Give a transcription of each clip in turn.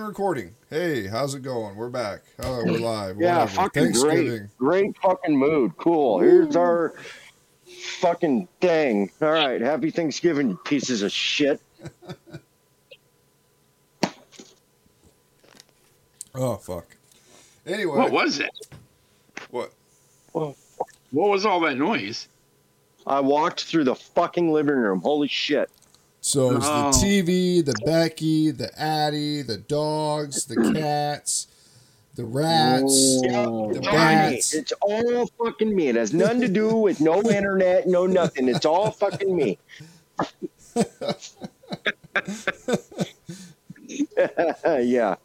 recording. Hey, how's it going? We're back. Oh, we're live. Yeah, Whatever. fucking Thanksgiving. great. Great fucking mood. Cool. Here's our fucking thing. All right. Happy Thanksgiving, you pieces of shit. Oh fuck. Anyway, What was it? what? What was all that noise? I walked through the fucking living room. Holy shit. So it's Oh. the TV, the Becky, the Addie, the dogs, the cats, the rats. It's all bats. me. It's all fucking me. It has nothing to do with no internet, no nothing. It's all fucking me. yeah.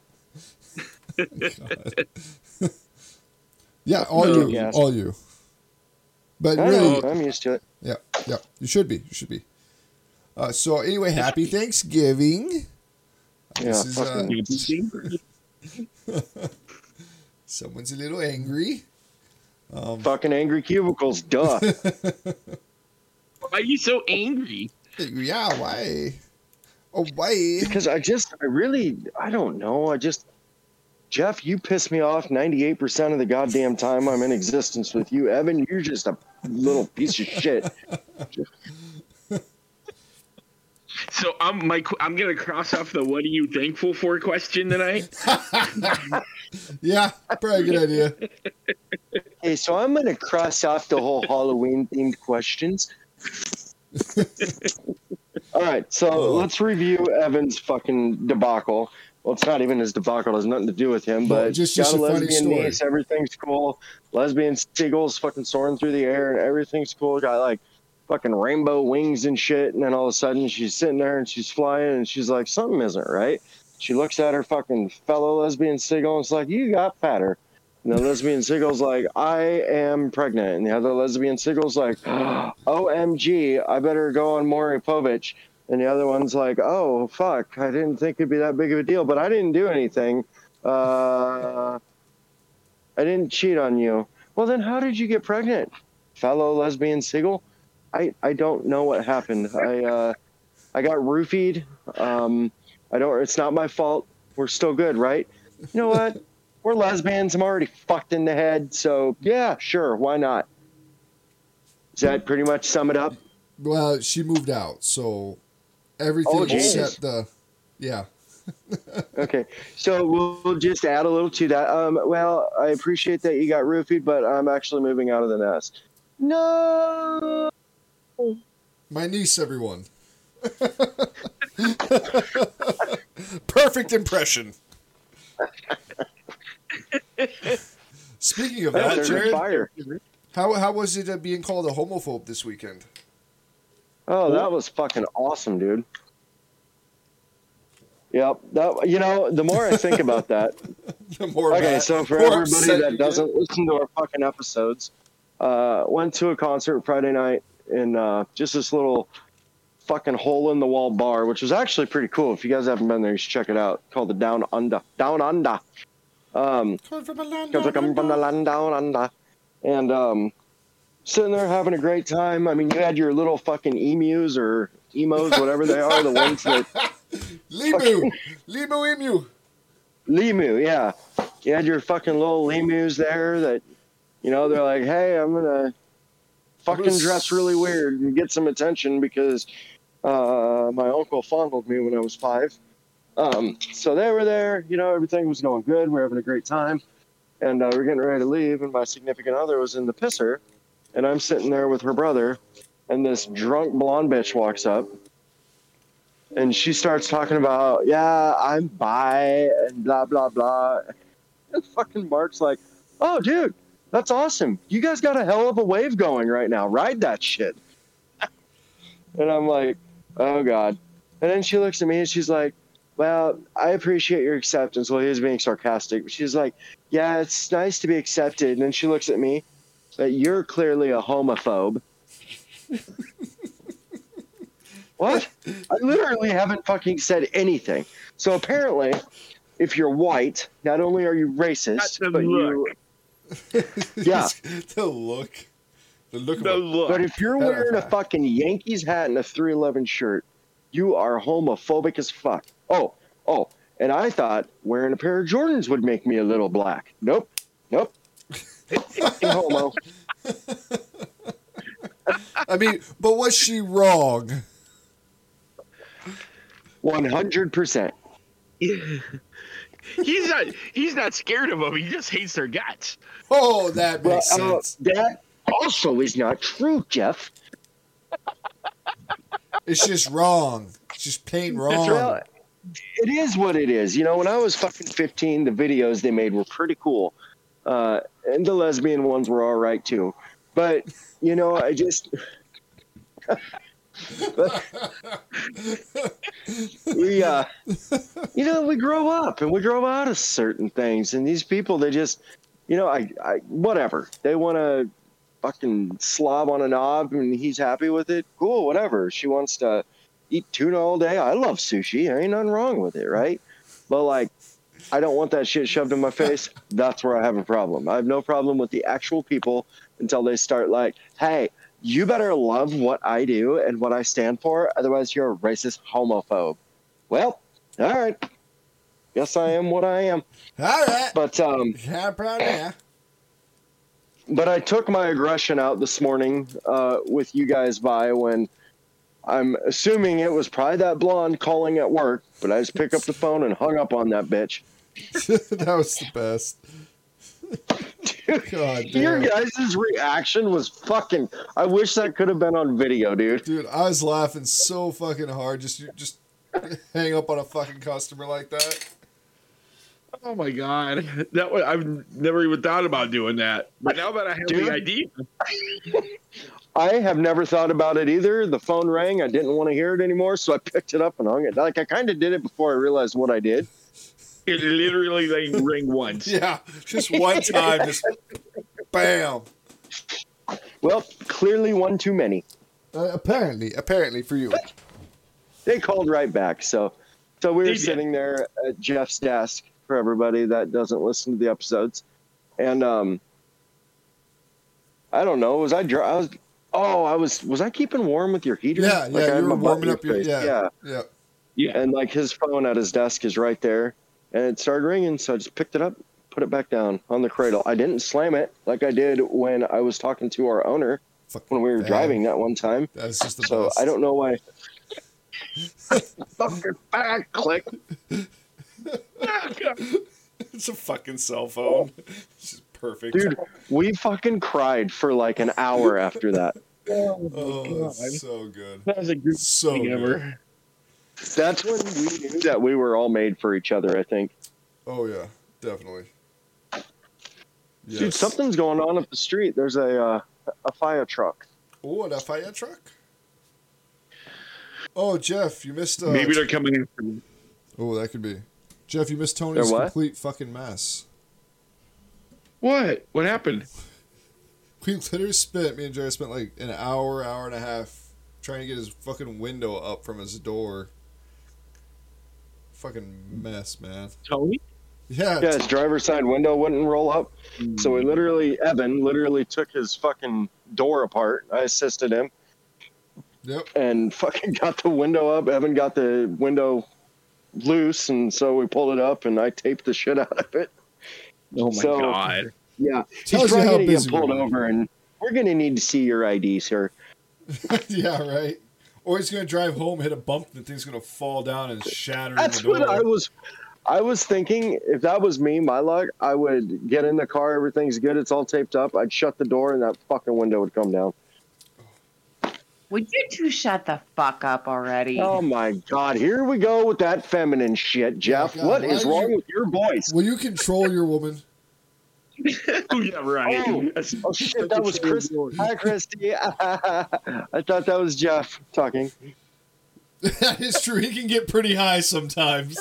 Yeah, all No. you, Yes. all you. But I really, know. I'm used to it. yeah, yeah, you should be, you should be. Uh, so anyway, happy Thanksgiving. Yeah. This is, fucking- uh, Someone's a little angry. Fucking angry cubicles, duh. Why are you so angry? Yeah, why? Oh, why? Because I just, I really, I don't know. I just, Jeff, you piss me off 98% of the goddamn time I'm in existence with you. Evan, you're just a little piece of shit. So I'm my qu- I'm gonna cross off the "What are you thankful for?" question tonight. Yeah, probably a good idea. Hey, so I'm going to cross off the whole Halloween themed questions. All right, so Oh. let's review Evan's fucking debacle. Well, it's not even his debacle. It has nothing to do with him, No, but just- got just a a funny lesbian story. niece. Everything's cool. Lesbian seagulls fucking soaring through the air, and everything's cool. Got like fucking rainbow wings and shit. And then all of a sudden, she's sitting there and she's flying, and she's like, something isn't right. She looks at her fucking fellow lesbian seagull and is like, you got fatter. And the lesbian seagull's like, I am pregnant. And the other lesbian seagull's like, OMG, I better go on Maury Povich. And the other one's like, oh, fuck, I didn't think it'd be that big of a deal, but I didn't do anything. Uh, I didn't cheat on you. Well, then how did you get pregnant, fellow lesbian seagull? I, I don't know what happened. I, uh, I got roofied. Um, I don't, it's not my fault. We're still good, right? You know what? we're lesbians. I'm already fucked in the head. So yeah, sure, why not? Does that pretty much sum it up? Well, she moved out, so everything Oh, Jesus. except the yeah. Okay, so we'll, we'll just add a little to that. Um, well, I appreciate that you got roofied, but I'm actually moving out of the nest. No. My niece, everyone. Perfect impression. Speaking of that, There's a Jared, fire. how, how was it uh, being called a homophobe this weekend? Oh, that was fucking awesome, dude. Yep. That you know, the more I think about that, The more okay, mad- so for more upset everybody you that get. doesn't listen to our fucking episodes, uh, went to a concert Friday night in uh, just this little fucking hole in the wall bar, which was actually pretty cool. If you guys haven't been there, you should check it out. Called the Down Under. Down Under. Um, Coming from a land Sounds like I'm from the land down under. And um, sitting there having a great time. I mean, you had your little fucking emus or emos, whatever they are, the ones that Limu, Limu Emu. Limu, yeah. You had your fucking little Limus there that, you know, they're like, hey, I'm gonna fucking gonna s- dress really weird and get some attention because uh, my uncle fondled me when I was five. Um, so they were there, you know, everything was going good. We were having a great time. And uh, we we're getting ready to leave, and my significant other was in the pisser, and I'm sitting there with her brother, and this drunk blonde bitch walks up and she starts talking about, yeah, I'm bi and blah blah blah. And fucking Mark's like, oh dude, that's awesome. You guys got a hell of a wave going right now. Ride that shit. and I'm like, oh god. And then she looks at me and she's like, well, I appreciate your acceptance. Well, he was being sarcastic. But she's like, yeah, it's nice to be accepted. And then she looks at me, but you're clearly a homophobe. what? I literally haven't fucking said anything. So apparently, if you're white, not only are you Not racist, the but you look. Yeah. the look, the look. The of a- But look. if you're Hell wearing a yeah. fucking Yankees hat and a 311 shirt, you are homophobic as fuck. Oh, oh, And I thought wearing a pair of Jordans would make me a little black. Nope. Nope. Fucking homo. I mean, but was she wrong? 100%. He's not. He's not scared of them. He just hates their guts. Oh, that Well, makes uh, sense. that also is not true, Jeff. It's just wrong. It's just plain Well, wrong. it is what it is. You know, when I was fucking 15, the videos they made were pretty cool. Uh, and the lesbian ones were all right too. But, you know, I just. we, uh, you know, we grow up and we grow out of certain things. And these people, they just, you know, I, I whatever. They want to fucking slob on a knob and he's happy with it. Cool, whatever. She wants to eat tuna all day. I love sushi. There ain't nothing wrong with it, right? But like, I don't want that shit shoved in my face. That's where I have a problem. I have no problem with the actual people until they start like, hey, you better love what I do and what I stand for. Otherwise, you're a racist homophobe. Well, all right. Yes, I am what I am. All right. But um, Yeah, I'm proud of ya. but I took my aggression out this morning uh, with you guys by when I'm assuming it was probably that blonde calling at work, but I just picked up the phone and hung up on that bitch. that was the best. God Your damn. guys' reaction was fucking. I wish that could have been on video, dude. Dude, I was laughing so fucking hard. Just you just hang up on a fucking customer like that. Oh my god, that was, I've never even thought about doing that. But now that I have Dude. the idea, I have never thought about it either. The phone rang. I didn't want to hear it anymore, so I picked it up and hung it. Like I kind of did it before I realized what I did. it literally like ring once. Yeah, just one time, just bam. Well, clearly one too many. Uh, apparently, apparently for you. they called right back. So, so we They were did. sitting there at Jeff's desk for everybody that doesn't listen to the episodes, and um, I don't know. Was I? Dr- I was. Oh, I was. Was I keeping warm with your heater? Yeah, Like, I yeah, had you my were butt warming in up your face. yeah, yeah, yeah. Yeah. And like his phone at his desk is right there, and it started ringing. So I just picked it up, put it back down on the cradle. I didn't slam it like I did when I was talking to our owner Fucking when we were bam. driving that one time. That's just the So best. I don't know why. Fucking back click. It's a fucking cell phone. It's just perfect, Dude, we fucking cried for like an hour after that. Oh, it's so good. That was a good So thing good. ever. That's when we knew that we were all made for each other, I think. Oh yeah, definitely. Yes. Dude, something's going on up the street. There's a uh, a fire truck. Oh, an FIA truck. Oh, Jeff, you missed. Uh, Maybe they're coming in. from- oh, that could be. Jeff, you missed Tony's They're what? complete fucking mess. What? What happened? We literally spent me and Jerry spent like an hour, hour and a half trying to get his fucking window up from his door. Fucking mess, man. Tony? Yeah, Yeah, his driver's side window wouldn't roll up. So we literally, Evan literally took his fucking door apart. I assisted him yep. and fucking got the window up. Evan got the window loose. And so we pulled it up and I taped the shit out of it. Oh my So- god. Yeah. Tells He's you probably how going to get busy pulled we are. over and we're going to need to see your ID, sir. yeah, right. Or he's gonna drive home, hit a bump, and the thing's gonna fall down and shatter. in That's the door. what I was. I was thinking if that was me, my luck, I would get in the car. Everything's good. It's all taped up. I'd shut the door and that fucking window would come down. Would you two shut the fuck up already? Oh my God. Here we go with that feminine shit, Jeff. Oh God, what why is do wrong you- with your voice? Will you control your woman? Oh, yeah, right. Oh. Oh shit, that was Chris. Hi, Christy. I thought that was Jeff talking. that is true. He can get pretty high sometimes.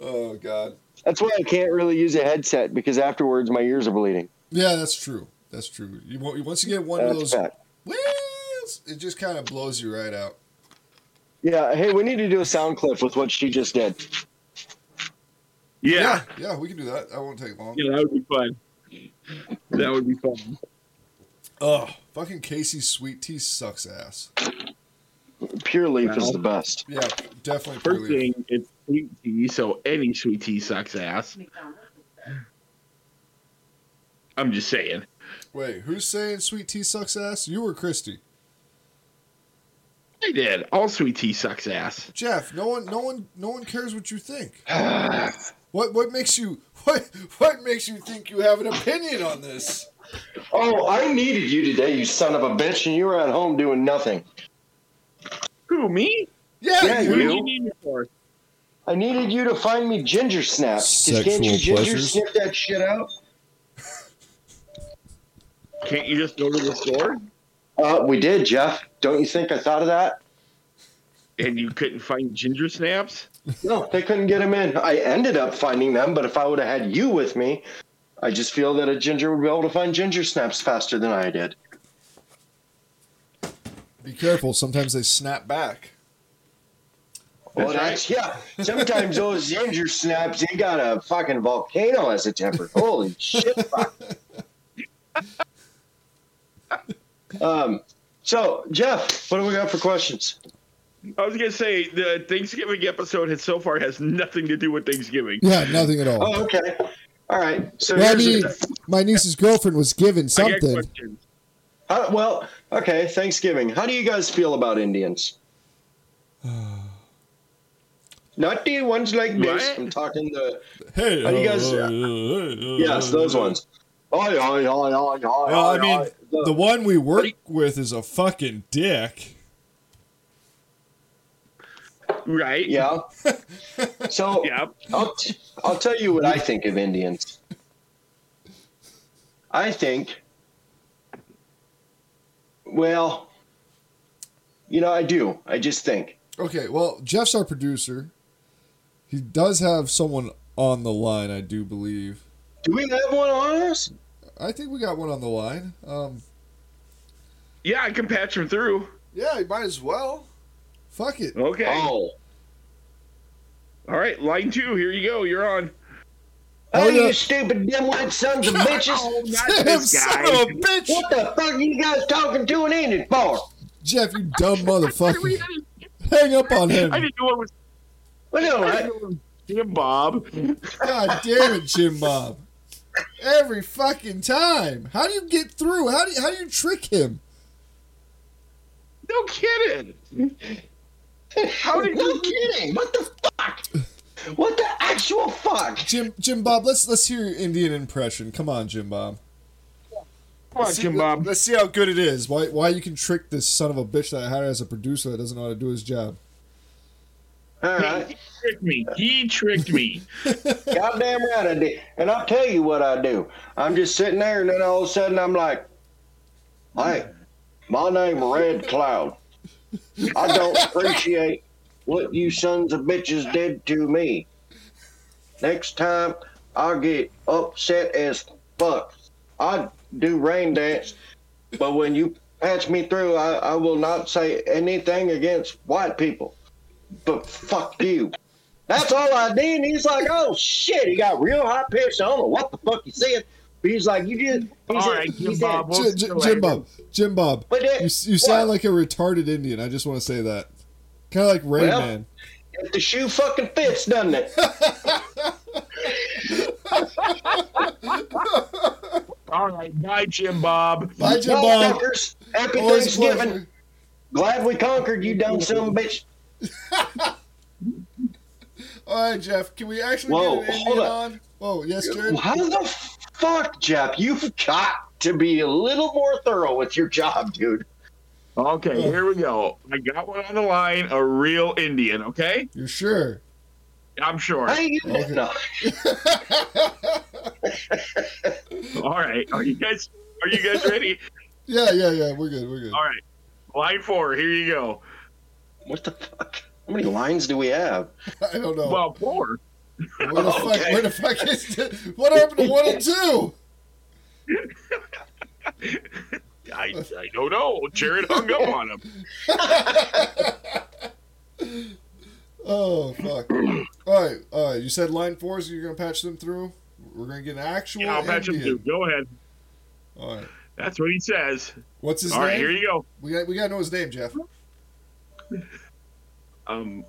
oh God. That's why I can't really use a headset because afterwards my ears are bleeding. Yeah, that's true. That's true. You won't- once you get one of That's those a fact. wheels, it just kind of blows you right out. Yeah, hey, we need to do a sound clip with what she just did. yeah, Yeah. yeah, we can do that. That won't take long. yeah. That would be fun. That would be fun. Oh, fucking Casey's sweet tea sucks ass. Pure leaf is the best. Yeah, definitely. First Purely. thing, it's sweet tea, so any sweet tea sucks ass. I'm just saying. Wait, who's saying sweet tea sucks ass? You or Christy? I did. All sweet tea sucks ass. Jeff, no one, no one, no one cares what you think. What what makes you what what makes you think you have an opinion on this? Oh, I needed you today, you son of a bitch, and you were at home doing nothing. Who me? Yeah, Yeah, you. Who do you. you need me for? I needed you to find me ginger snaps. 'Cause Can't you Sexual ginger pleasures? sniff that shit out? Can't you just go to the store? Uh, we did, Jeff. Don't you think I thought of that? And you couldn't find ginger snaps? No, they couldn't get them in. I ended up finding them, but if I would have had you with me, I just feel that a ginger would be able to find ginger snaps faster than I did. Be careful. Sometimes they snap back. Well, that's yeah. Sometimes those ginger snaps, they got a fucking volcano as a temper. Holy shit! Fuck. um. So, Jeff, what do we got for questions? I was gonna say the Thanksgiving episode has so far has nothing to do with Thanksgiving. Yeah, nothing at all. Oh, okay. All right. So, Well, I here's mean, the- my niece's girlfriend was given I got something. questions. how- uh, well, okay. Thanksgiving. How do you guys feel about Indians? Not the ones like this. What? I'm talking the Hey, uh, How do you guys- yes, those ones. Oh, yeah, yeah, yeah, yeah, Well, I yeah. mean, the one we work with is a fucking dick. Right? Yeah. So Yeah. I'll, t- I'll tell you what I think of Indians. I think, well, you know, I do. I just think. Okay, well, Jeff's our producer. He does have someone on the line, I do believe. Do we have one on us? I think we got one on the line. Um, Yeah, I can patch him through. yeah, you might as well. Fuck it. Okay. Oh. All right, line two. Here you go. You're on. Oh, Oh, yeah. you stupid dimwit sons of bitches. not Damn, son of a bitch! What the fuck are you guys talking to an Indian for? Jeff, you dumb motherfucker. I Hang up on him. didn't know it was. Well, I I, didn't know it was Jim Bob. God damn it, Jim Bob. Every fucking time. How do you get through? How do you, how do you trick him? No kidding. How did no you- kidding. What the fuck? What the actual fuck? Jim Jim Bob, let's let's hear your Indian impression. Come on, Jim Bob. Come on, See- Jim Bob. Let's see how good it is. Why why you can trick this son of a bitch that I hired as a producer that doesn't know how to do his job. All right. He tricked me. He tricked me. Goddamn right I did. And I'll tell you what I do. I'm just sitting there, and then all of a sudden I'm like, hey, my name Red Cloud. I don't appreciate what you sons of bitches did to me. Next time I get upset as fuck. I do rain dance, but when you patch me through, I, I will not say anything against white people. But fuck you. That's all I did. And he's like, oh shit, he got real hot pitched. I don't know what the fuck he said. But he's like, you just. He All said, right, he Jim said, Bob. Jim, Jim, Jim Bob. Jim Bob. But You, it, you sound like a retarded Indian. I just want to say that. Kind of like Rain Well- Man. if the shoe fucking fits, doesn't it? All right, bye, Jim Bob. Bye, Jim Bob. Motherfuckers, happy Always a Thanksgiving. pleasure. Glad we conquered you, dumb son of a bitch. All right, Jeff. Can we actually Whoa, get an hold Indian up. on? Oh, yes, Jared. How the fuck, Jeff? You've got to be a little more thorough with your job, dude. Okay, here we go. I got one on the line. A real Indian. Okay, You're sure? I'm sure. I ain't Okay. no. All right, are you guys? Are you guys ready? Yeah, yeah, yeah. We're good. We're good. All right, line four. Here you go. What the fuck? How many lines do we have? I don't know. Well, four. where, the fuck, okay. where the fuck is it? What happened to 102? I, I don't know. Jared hung up on him. Oh, fuck. All right. All right. You said line four, so you're going to patch them through? We're going to get an actual. Yeah, I'll patch him Indian. too. Go ahead. All right. That's what he says. What's his All name? right, here you go. We got we got to know his name, Jeff. Um,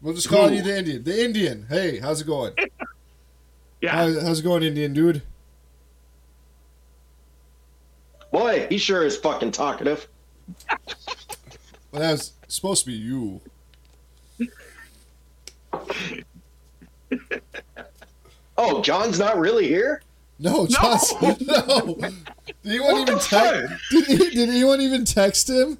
We'll just call Who? you the Indian. The Indian. Hey, how's it going? yeah. How, how's it going, Indian dude? Boy, he sure is fucking talkative. Well, that was supposed to be you. Oh, John's not really here? No, Johnson. No. Did anyone What even the text? Did, he- did anyone even text him?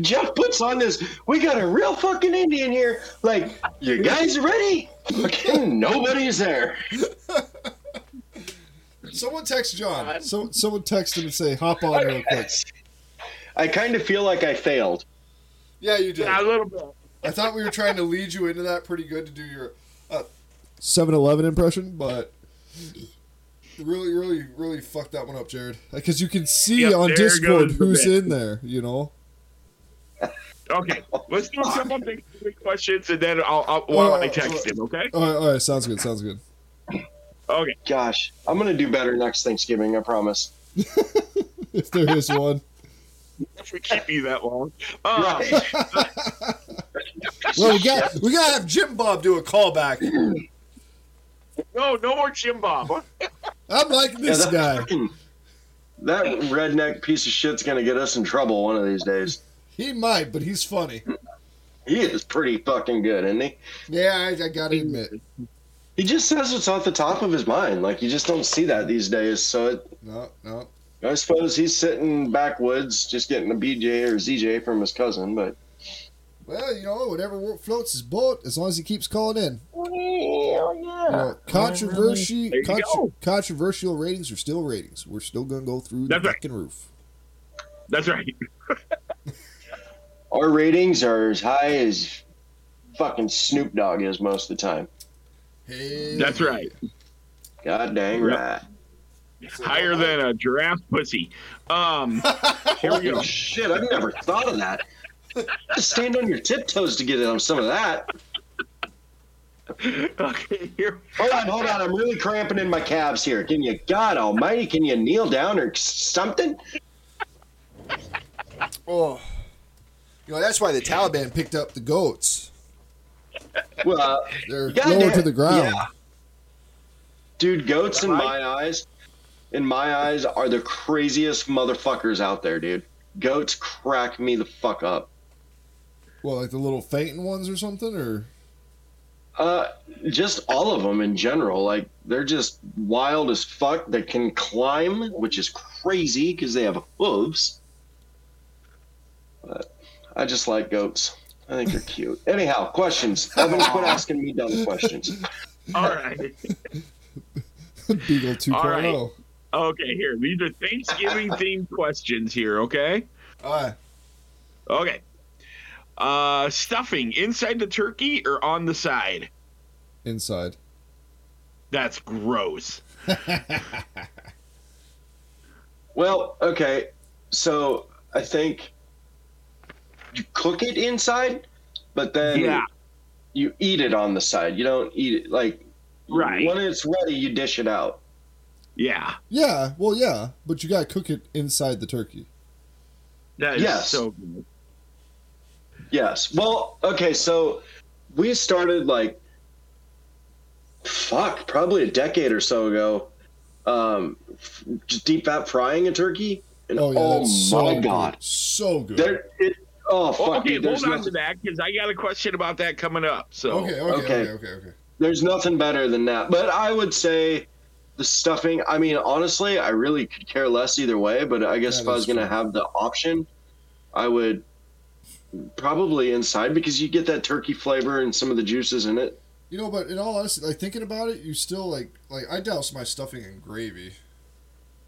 Jeff puts on this, we got a real fucking Indian here. Like, you guys ready? Fucking nobody's there. Someone text John. So someone text him and say, "Hop on real quick." I kind of feel like I failed. Yeah, you did. a little bit. I thought we were trying to lead you into that pretty good to do your uh, 7-Eleven impression, but really, really, really fucked that one up, Jared. Because you can see Yep, on there Discord goes the who's bit. in there. You know. Okay, let's do some of the quick questions, and then I'll, I'll while I Uh, text him. Okay. All right, all right. Sounds good. Sounds good. Okay. Gosh, I'm going to do better next Thanksgiving, I promise. If there is one. If we keep you that long. Um, Right. Well, we got we gotta have Jim Bob do a callback. No, no more Jim Bob. I'm like Yeah, this that guy. fucking- that redneck piece of shit's going to get us in trouble one of these days. He might, but he's funny. He is pretty fucking good, isn't he? Yeah, I, I gotta admit. He just says what's off the top of his mind. Like, you just don't see that these days. So it, No, no. I suppose he's sitting backwoods, just getting a BJ or ZJ from his cousin, but Well, you know, whatever wo- floats his boat, as long as he keeps calling in. You know, controversy, There you contro- go. controversial ratings are still ratings. We're still gonna go through That's the right. fucking roof. That's right. our ratings are as high as fucking Snoop Dogg is most of the time. Hey, That's right. God dang Yep. right. Higher than a giraffe pussy. Um, here we go. Holy shit, I've never thought of that. Just stand on your tiptoes to get in on some of that. Okay, here. Hold on, hold on. I'm really cramping in my calves here. Can you, God Almighty, can you kneel down or something? Oh, you know that's why the Taliban picked up the goats. Well, They're God lower damn- to the ground. yeah. dude, goats in Am I- my eyes, in my eyes, are the craziest motherfuckers out there, dude. Goats crack me the fuck up. Well, like the little fainting ones or something, or Uh, just all of them in general. Like they're just wild as fuck. They can climb, which is crazy because they have hooves. But I just like goats. I think they're cute. Anyhow, questions. Evan, quit asking me dumb questions. All right. Beagle oh? 2.0. All right. Okay, here. These are Thanksgiving themed questions here, okay? All right. Okay. Uh stuffing inside the turkey or on the side? Inside. That's gross. Well, okay. So I think you cook it inside, but then Yeah. you eat it on the side. You don't eat it like Right. when it's ready. You dish it out. Yeah. Yeah, well, yeah, but you gotta cook it inside the turkey. That is Yes. so Yes. Well, okay, so we started like fuck, probably a decade or so ago. Um f- just deep fat frying a turkey. And Oh oh, yeah, that's so my good. god. so good. There it, oh fuck. Oh, okay, dude, hold there's, on to nothing, that because I got a question about that coming up. So okay, okay, okay, okay. okay, okay. there's nothing better than that. But I would say the stuffing, I mean, honestly, I really could care less either way, but I guess That if I is was going to true. have the option, I would probably inside because you get that turkey flavor and some of the juices in it. You know, but in all honesty, like thinking about it, you still like like I douse my stuffing in gravy.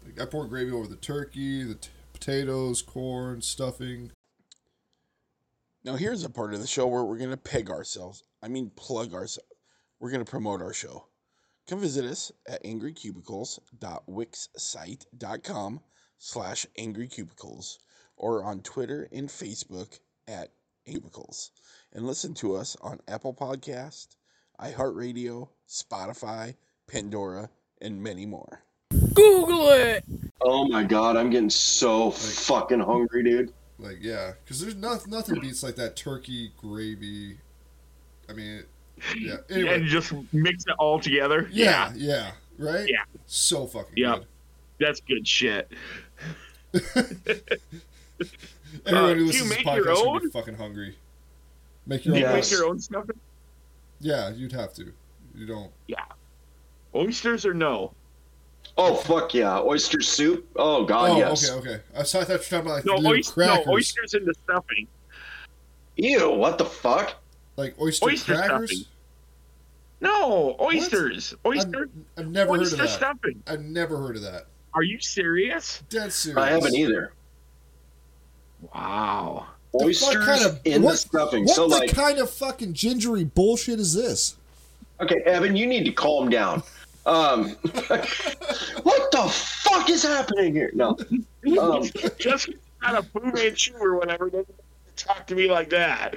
Like I pour gravy over the turkey, the t- potatoes, corn, stuffing. Now, here's a part of the show where we're going to peg ourselves. I mean, plug ourselves. We're going to promote our show. Come visit us at angrycubicles.wixsite.com slash angrycubicles or on Twitter and Facebook at angrycubicles. And listen to us on Apple Podcast, iHeartRadio, Spotify, Pandora, and many more. Google it. Oh my god, I'm getting so fucking hungry, dude. Like yeah, because there's nothing nothing beats like that turkey gravy. I mean, yeah. Anyway, and just mix it all together. yeah, yeah, right. Yeah. So fucking Yep. good. that's good shit. Everyone Uh, who do you listens to this make your podcast would be own? fucking hungry. Make your You own. Yes. make rice. your own stuffing. Yeah, you'd have to. You don't. Oysters or no? Oh fuck yeah, oyster soup. Oh god, oh, yes. okay, okay. I thought you were talking about like No, little oyster, no crackers, oysters in the stuffing. Ew, what the fuck? like oyster, oyster crackers. stuffing. No, oysters. Oyster, I've never heard of oyster that. stuffing. I've never heard of that. Are you serious? Dead serious. I haven't either. Wow. The fuck Oysters kind of- in what- the stuffing. What So the like, kind of fucking gingery bullshit is this? okay, Evan, you need to calm down. Um, what the fuck is happening here? No, um, Just out of Fu Manchu or whatever doesn't talk to me like that.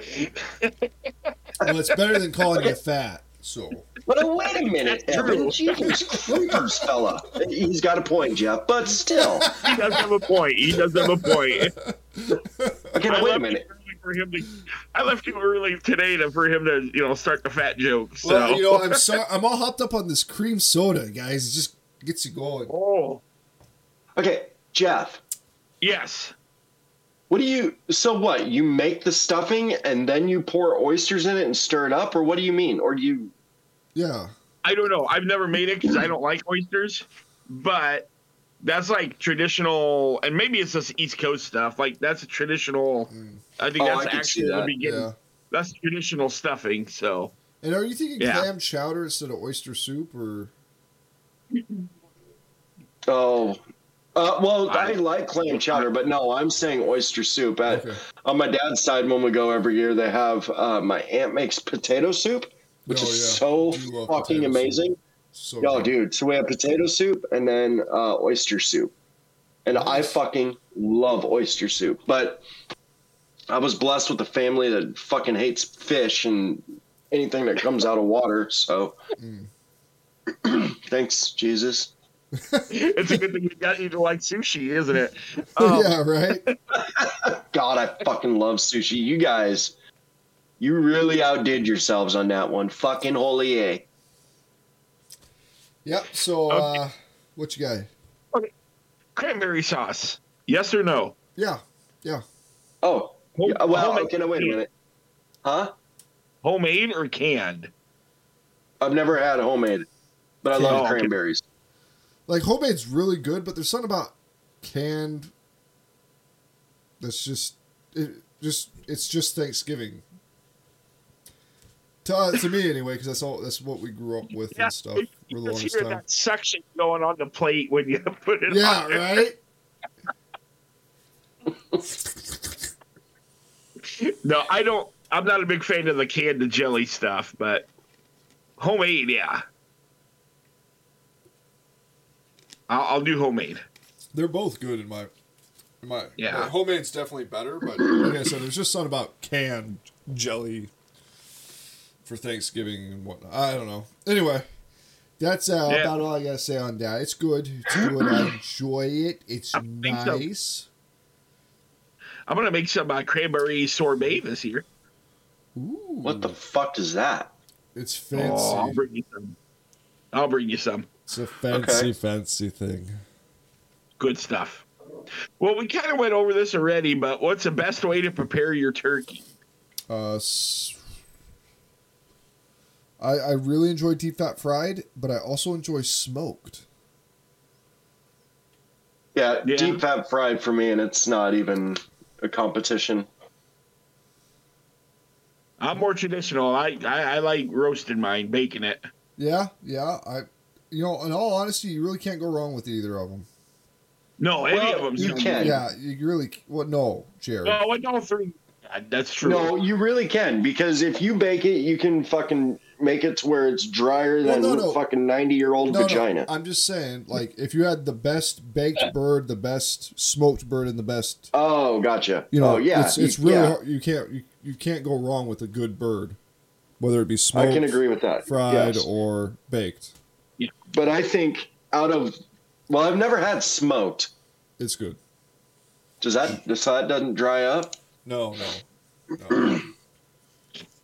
Well, it's better than calling you fat. So but uh, wait a minute, That's Evan. true. Jesus creepers, fella. He's got a point, Jeff. But still, He does have a point. He does have a point. okay, I now, wait a left minute. Too early for him to, I left too early today to, for him to, you know, start the fat joke. So. well, you know, I'm sorry. I'm all hopped up on this cream soda, guys. It just gets you going. oh, Okay, Jeff. yes. What do you? So what? You make the stuffing and then you pour oysters in it and stir it up, or what do you mean? Or do you? Yeah. I don't know. I've never made it because I don't like oysters, but that's like traditional, and maybe it's just East Coast stuff. Like that's a traditional. Mm. I think Oh, that's I can see actually the that, beginning. Yeah. That's traditional stuffing. So And are you thinking Yeah. clam chowder instead of oyster soup, or Oh, uh, well, I, I- like clam chowder, but no, I'm saying oyster soup. At, okay. On my dad's side, when we go every year, they have uh, my aunt makes potato soup, which Oh, is yeah. so Do love fucking potato amazing. Soup. So Oh, good. dude! So we have potato soup and then uh, oyster soup, and I Nice. fucking love oyster soup. But I was blessed with a family that fucking hates fish and anything that comes out of water. So Mm. thanks, Jesus. it's a good thing we got you to like sushi, isn't it? Um, yeah. Right. God, I fucking love sushi. You guys, you really outdid yourselves on that one. Fucking holy a. Yep. So, Okay. uh, what you got? Cranberry sauce. Yes or no? Yeah. Oh, Home- yeah, well, homemade, okay, no, wait a minute. Huh? homemade or canned? I've never had homemade, but I love Oh, okay. cranberries. Like homemade's really good, but there's something about canned that's just it just it's just Thanksgiving. To, uh, to me anyway, because that's all that's what we grew up with and stuff for you the just longest hear time. that suction going on the plate when you put it Yeah, on. there. right. No, I don't. I'm not a big fan of the canned to jelly stuff, but homemade, yeah. I'll, I'll do homemade. They're both good in my in my Yeah. like, homemade's definitely better, but like I said, there's just something about canned jelly for Thanksgiving and whatnot. I don't know. Anyway, that's uh, Yeah. about all I gotta say on that. It's good. It's good. I enjoy it. It's think so. nice. I'm gonna make some uh, cranberry sorbet this year. Ooh, What the fuck is that? It's Oh, I'll fancy. bring you some. I'll bring you some it's a fancy, Okay. fancy thing. good stuff. Well, we kind of went over this already, but what's the best way to prepare your turkey? Uh, s- I I really enjoy deep fat fried, but I also enjoy smoked. Yeah, Yeah. deep fat fried for me, and it's not even a competition. I'm more traditional. I I, I like roasting mine, baking it. Yeah, yeah. I, you know, in all honesty, you really can't go wrong with either of them. No, any Well, of them. you can. Yeah, you really. c- Well, no, Jared. No, and all three. Yeah, uh, that's true. No, you really can because if you bake it, you can fucking make it to where it's drier Well, than no, no. fucking ninety year old No, vagina. no. I'm just saying, like, if you had the best baked bird, the best smoked bird, and the best, Oh, gotcha. you know, oh, yeah, it's it's really yeah. hard, you can't you, you can't go wrong with a good bird, whether it be I smoked, can agree with that. fried, Yes. or baked. but I think out of well, I've never had smoked, It's good. Does that does that doesn't dry up? No, no, no.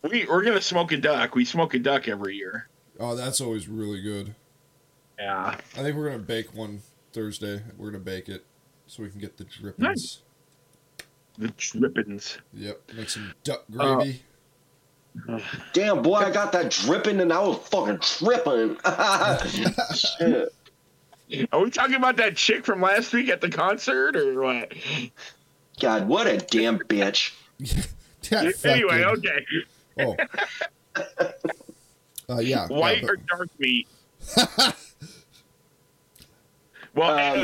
We we're gonna smoke a duck. We smoke a duck every year. Oh, that's always really good. Yeah. I think we're gonna bake one Thursday. We're gonna bake it so we can get the drippings. Nice. The drippings. Yep. Make some duck Uh, gravy. Damn boy, I got that dripping and I was fucking tripping. Shit. Are we talking about that chick from last week at the concert or what? God, what a damn bitch. That anyway, fucking- okay. Oh. Uh, yeah. White yeah, or dark meat? Well,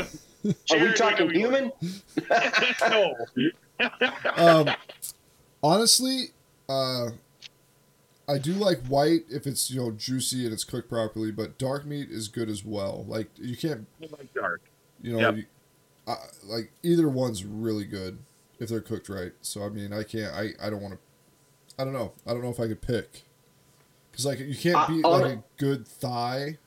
Um, Are we Jared, talking what do we- human? no. but, um, honestly, uh, I do like white if it's you know juicy and it's cooked properly, but dark meat is good as well. Like you can't, I like dark. you know, Yep. you, I, like either one's really good if they're cooked right. So I mean, I can't. I I don't want to. I don't know. I don't know if I could pick because like you can't I- beat I'll- like a good thigh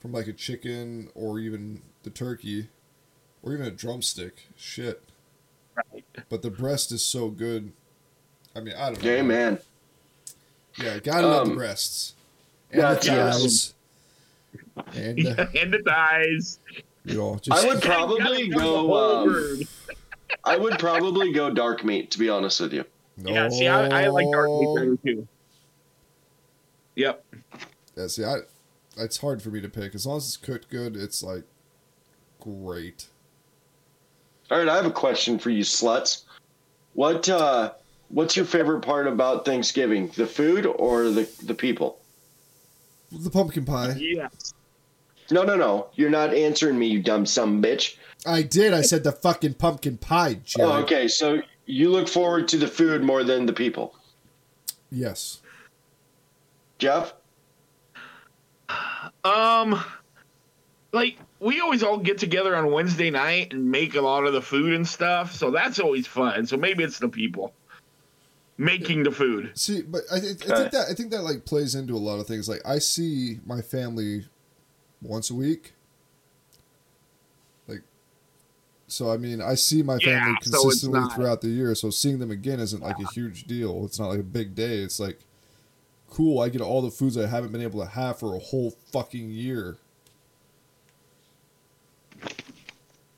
from like a chicken or even the turkey or even a drumstick. Shit. Right. But the breast is so good. I mean, I don't know. Yeah, man. Yeah, gotta love the Um, breasts. And yeah, the it's awesome. thighs. And, uh, and the thighs. you know, just, I would probably go um, Bird. I would probably go dark meat, to be honest with you. Yeah, see, I, I like dark meat better too. Yep. Yeah, see, I, it's hard for me to pick. As long as it's cooked good, it's like great. All right, I have a question for you sluts. What uh what's your favorite part about Thanksgiving? The food or the the people? The pumpkin pie. Yes. No, no, no. You're not answering me, you dumb some bitch. I did. I said the fucking pumpkin pie, Jerry. Oh, okay, so you look forward to the food more than the people. Yes. Jeff? Um, like we always all get together on Wednesday night and make a lot of the food and stuff, so that's always fun. So maybe it's the people making the food. See, but I, th- I Okay. think that I think that like plays into a lot of things. Like I see my family once a week. Like, so I mean, I see my Yeah, family so it's consistently not- throughout the year. So seeing them again isn't like a huge deal. It's not like a big day. It's like, cool. I get all the foods I haven't been able to have for a whole fucking year.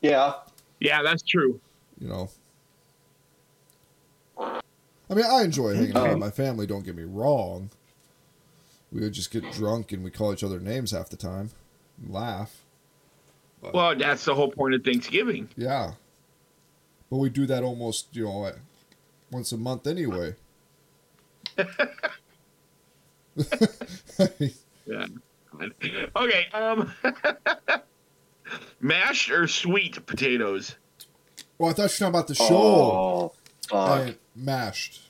Yeah. Yeah, that's true. You know. I mean, I enjoy hanging out with Um, my family. Don't get me wrong. We would just get drunk and we call each other names half the time, and laugh. Well, that's the whole point of Thanksgiving. Yeah, but we do that almost, you know, like, once a month anyway. Okay. Um, mashed or sweet potatoes? well, I thought you were talking about the show Oh, fuck. and mashed.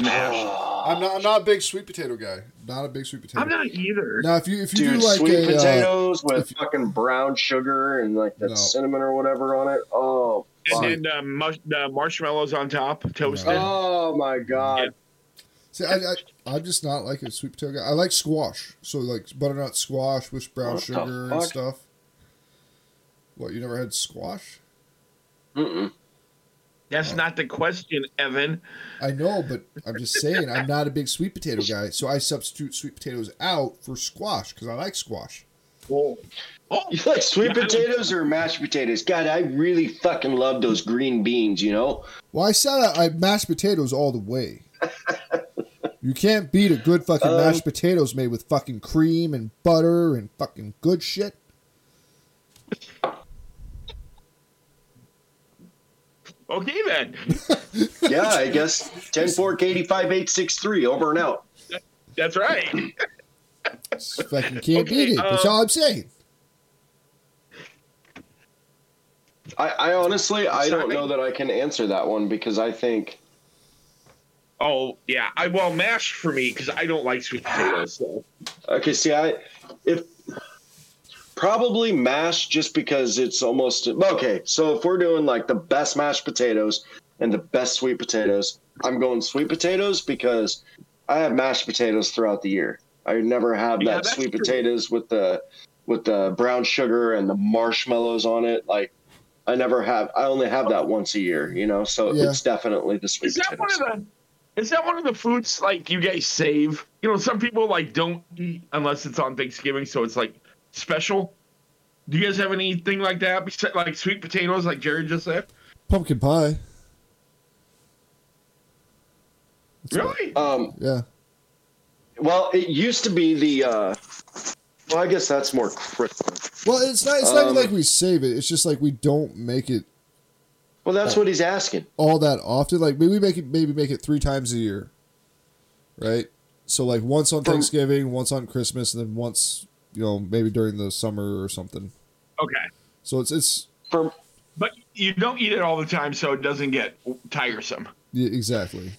Mashed. Oh. I'm not. I'm not a big sweet potato guy. Not a big sweet potato. I'm not either. now, if you if you Dude, do like sweet a uh, potatoes with if you- fucking brown sugar and like that No. cinnamon or whatever on it. Oh, fuck. And then uh, mush- the marshmallows on top, toasted. Oh my god. See, I, I, I'm just not like a sweet potato guy. I like squash. So, like butternut squash with brown What the sugar and fuck? stuff. What, you never had squash? Mm-mm. That's not the question, Evan. I know, but I'm just saying, I'm not a big sweet potato guy. So, I substitute sweet potatoes out for squash because I like squash. Oh, oh You like sweet Yeah, I like- potatoes or mashed potatoes? God, I really fucking love those green beans, you know? Well, I said I, I mashed potatoes all the way. you can't beat a good fucking Um, mashed potatoes made with fucking cream and butter and fucking good shit. okay then. Yeah, I guess 10 fork 85 863 over and out. That's right. Just fucking can't Okay, beat it. That's uh, um, all I'm saying. I, I honestly, I don't Sorry. know that I can answer that one because I think Oh yeah, I well mashed for me because I don't like sweet potatoes. So Okay, see, I if probably mashed just because it's almost okay. So if we're doing like the best mashed potatoes and the best sweet potatoes, I'm going sweet potatoes because I have mashed potatoes throughout the year. I never have Yeah, that that's sweet true. potatoes with the with the brown sugar and the marshmallows on it. Like I never have. I only have that once a year, you know. So Yeah. it's definitely the sweet Is that one potatoes. of the? Is that one of the foods like you guys save? You know, some people like don't eat unless it's on Thanksgiving, so it's like special. Do you guys have anything like that? Besides, like sweet potatoes, like Jerry just said. Pumpkin pie. Really? Um, Yeah. well, it used to be the. Uh, well, I guess that's more Christmas. Well, it's not. It's not even Um, like we save it. It's just like we don't make it Well, that's what he's asking. all that often. Like maybe we make it maybe make it three times a year, right? So like once on From- Thanksgiving, once on Christmas, and then once you know maybe during the summer or something. Okay, So it's it's For but you don't eat it all the time, so it doesn't get tiresome. yeah, exactly.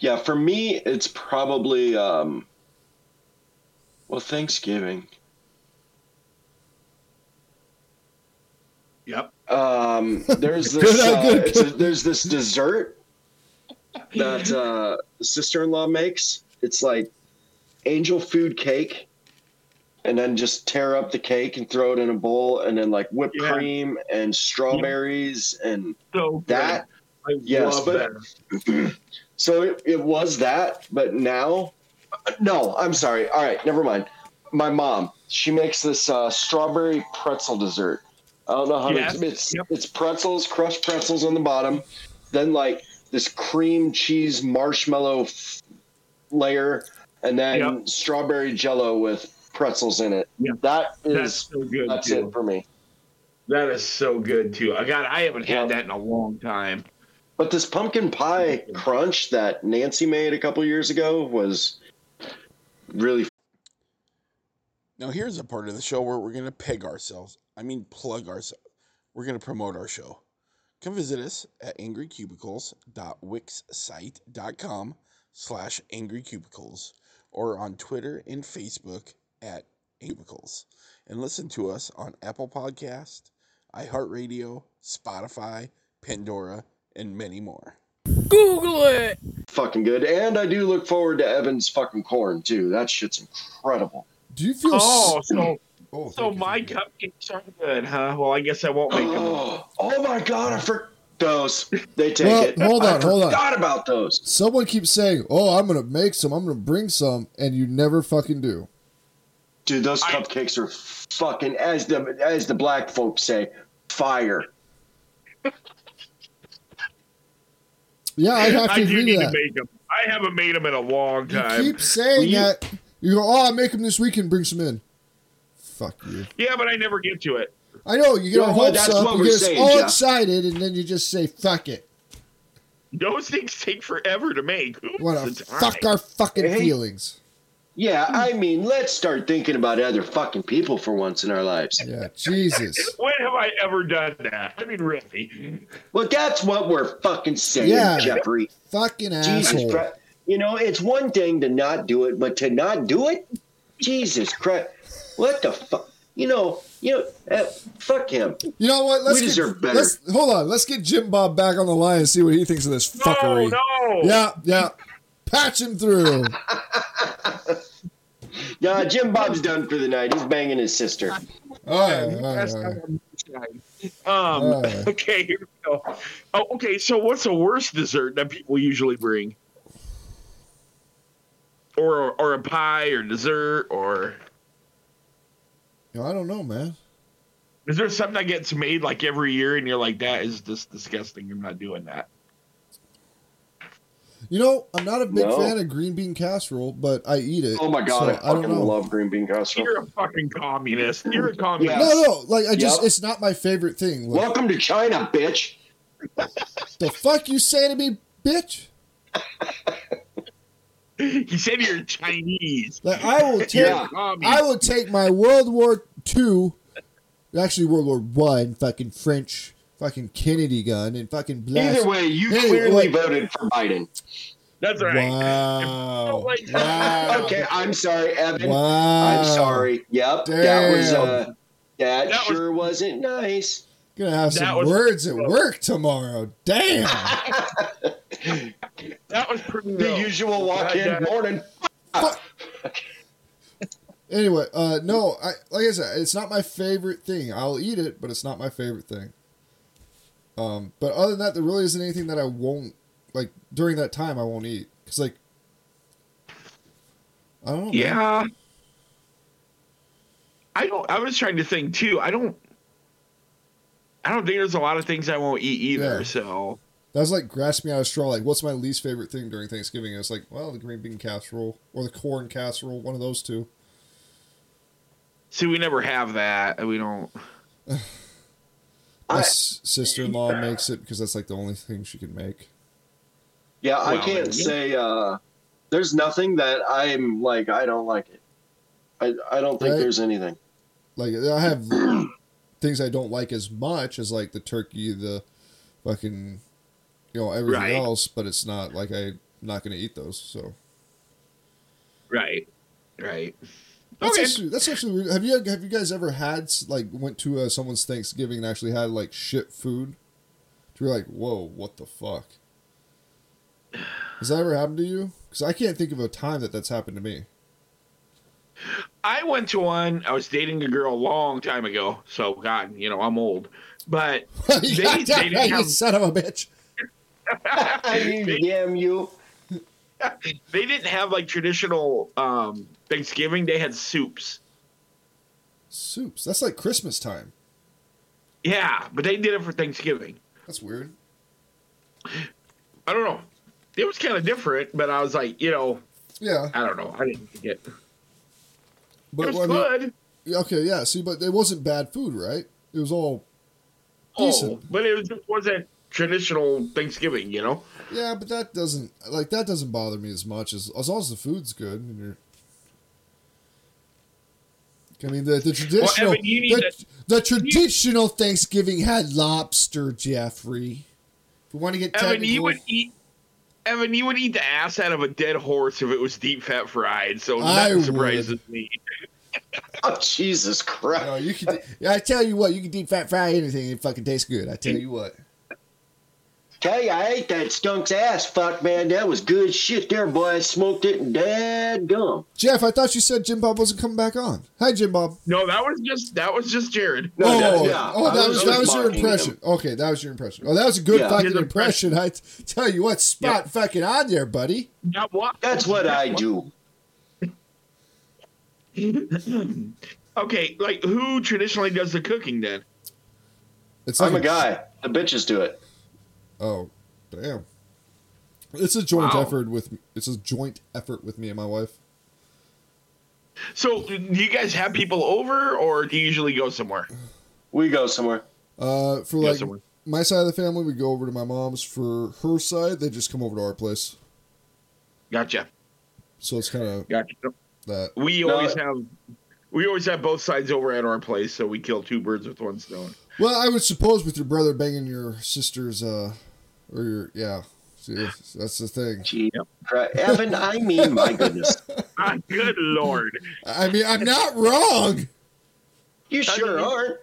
yeah, for me, it's probably um, well Thanksgiving. Yep. Um, there's this Good, uh, good, It's a, there's this dessert that uh, sister-in-law makes. It's like angel food cake, and then just tear up the cake and throw it in a bowl, and then like whipped Yeah. cream and strawberries and So good. that. I yes, love but- that. So it, it was that, but now, no, I'm sorry. All right, never mind. My mom, she makes this uh, strawberry pretzel dessert. I don't know how Yes, to, it's yep. it's pretzels, crushed pretzels on the bottom, then like this cream cheese marshmallow f- layer, and then Yep. strawberry jello with pretzels in it. Yep. That That's is so good. that's too. it for me. That is so good too. I got. I haven't had Yeah. that in a long time. But this pumpkin pie crunch that Nancy made a couple years ago was really Now, here's a part of the show where we're going to peg ourselves. I mean, plug ourselves. We're going to promote our show. Come visit us at angrycubicles.wixsite.com slash angrycubicles or on Twitter and Facebook at angrycubicles. And listen to us on Apple Podcast, iHeartRadio, Spotify, Pandora, and many more. Google it. fucking good. And I do look forward to Evan's fucking corn too. That shit's incredible. Do you feel? Oh, s- so oh, so thank you, my thank you. cupcakes aren't good, huh? Well, I guess I won't make them. Oh, oh my god, I forgot those. They take Well, it. hold I on, hold on. Forgot about those. Someone keeps saying, "Oh, I'm gonna make some. I'm gonna bring some," and you never fucking do. Dude, those I- cupcakes are fucking as the as the black folks say, fire. Yeah, I have to I do agree to need to that. make them. I haven't made them in a long You time. keep saying you- that. You go, "Oh, I make them this weekend. Bring some in." Fuck you. Yeah, but I never get to it. I know you get Yeah, all well, hopes that's up, what you we're get us saying, all Jeff. excited, and then you just say "fuck it." Those things take forever to make. Who What wants a the time? fuck our fucking Hey. feelings. Yeah, I mean, let's start thinking about other fucking people for once in our lives. Yeah, Jesus. When have I ever done that? I mean, really. Well, that's what we're fucking saying, Yeah. Jeffrey. Fucking Jesus asshole. Christ. You know, it's one thing to not do it, but to not do it? Jesus Christ. What the fuck? You know, you know, uh, fuck him. You know what? Let's We deserve get, better. Let's hold on. Let's get Jim Bob back on the line and see what he thinks of this fuckery. No, no. Yeah, yeah. Patch him through. Nah, Jim Bob's done for the night. He's banging his sister. All right, Yeah, all right, that's all right. not what I'm saying. Um, Alright. okay, here we go. Oh, okay, so what's the worst dessert that people usually bring? Or or a pie or dessert or You know, I don't know, man. is there something that gets made like every year and you're like, that is just disgusting. I'm not doing that. You know, I'm not a big No. fan of green bean casserole, but I eat it. Oh my god, so I fucking don't know. love green bean casserole. You're a fucking communist. You're a communist. No, no, like I just Yep. it's not my favorite thing. Like, Welcome to China, bitch. the fuck you say to me, bitch? He said you're Chinese. Like I will take You're a Yeah. communist. I will take my World War Two, actually World War One, fucking French, fucking Kennedy gun, and fucking blast. Either way, you Hey, clearly wait. voted for Biden. That's right. Wow. If you don't like- wow. Okay, I'm sorry, Evan. Wow. I'm sorry. Yep, that was Damn. uh, that, That was- sure was... not nice. Gonna have That some was- words at work tomorrow. Damn. That was pretty The low. usual walk-in Yeah, yeah. morning. Anyway, uh, no, I like I said, it's not my favorite thing. I'll eat it, but it's not my favorite thing. Um, but other than that, there really isn't anything that I won't like during that time. I won't eat because like I don't know. man. Yeah. I don't I was trying to think too. I don't I don't think there's a lot of things I won't eat either, Yeah. so That was like grasping at a straw. Like, what's my least favorite thing during Thanksgiving? It's like, well, the green bean casserole or the corn casserole, one of those two. see we never have that. We don't My I- s- sister-in-law makes it because that's like the only thing she can make. Yeah, I Well, can't yeah. say uh there's nothing that I'm like I don't like it. I I don't think Right. there's anything. Like, I have things I don't like as much as like the turkey, the fucking, you know, everything Right. else. But it's not like I'm not gonna eat those. So Right. Right. that's Okay. actually that's actually weird. Have you have you guys ever had s- like went to uh, someone's Thanksgiving and actually had like shit food? To be like, whoa, what the fuck? Has that ever happened to you? Because I can't think of a time that that's happened to me. I went to one. I was dating a girl a long time ago, so God, you know, I'm old. But You They- got they that didn't right, you have- son of a bitch. Damn you. they didn't have like traditional um Thanksgiving. They had soups. Soups. That's like Christmas time. Yeah, but they did it for Thanksgiving. That's weird. I don't know. It was kind of different, but I was like, you know, Yeah, I don't know. I didn't get. It but was I mean- good. okay, yeah. See, but it wasn't bad food, right? It was all Oh, decent. but it was, just wasn't traditional Thanksgiving. You know. yeah, but that doesn't like that doesn't bother me as much as as long as the food's good and you're. I mean the the traditional Evan, you need the, the traditional Thanksgiving had lobster, Jeffrey. If we want to get Evan, technical, you would eat. Evan, you would eat the ass out of a dead horse if it was deep fat fried. So I that would. surprises me. Oh Jesus Christ. No, you could. yeah, I tell you what, you can deep fat fry anything. It fucking tastes good. I tell you what. Hey, I ate that skunk's ass, fuck man. That was good shit there, boy. I smoked it and dad gum. Jeff, I thought you said Jim Bob wasn't coming back on. Hi, Jim Bob. No, that was just that was just Jared. No, oh, that- oh, yeah, oh, I that was was that was your mocking him. impression. Okay, that was your impression. Oh, that was a good Yeah. fucking His impression. impression. I t- tell you what, spot fucking on there, buddy. Not what? That's what I do. Okay, like who traditionally does the cooking then? It's I'm a like guy. The bitches do it. Oh, damn. It's a joint Wow. effort with it's a joint effort with me and my wife. So, do you guys have people over, or do you usually go somewhere? We go somewhere. Uh, for Go like somewhere. my side of the family, we go over to my mom's. For her side, they just come over to our place. Gotcha. So it's kind of Gotcha. that. We No. always have we always have both sides over at our place, so we kill two birds with one stone. Well, I would suppose with your brother banging your sister's, uh, or your yeah, see, that's- that's the thing. Gee, Christ. Evan, I mean my goodness. Ah, good lord. I mean, I'm not wrong. You sure aren't.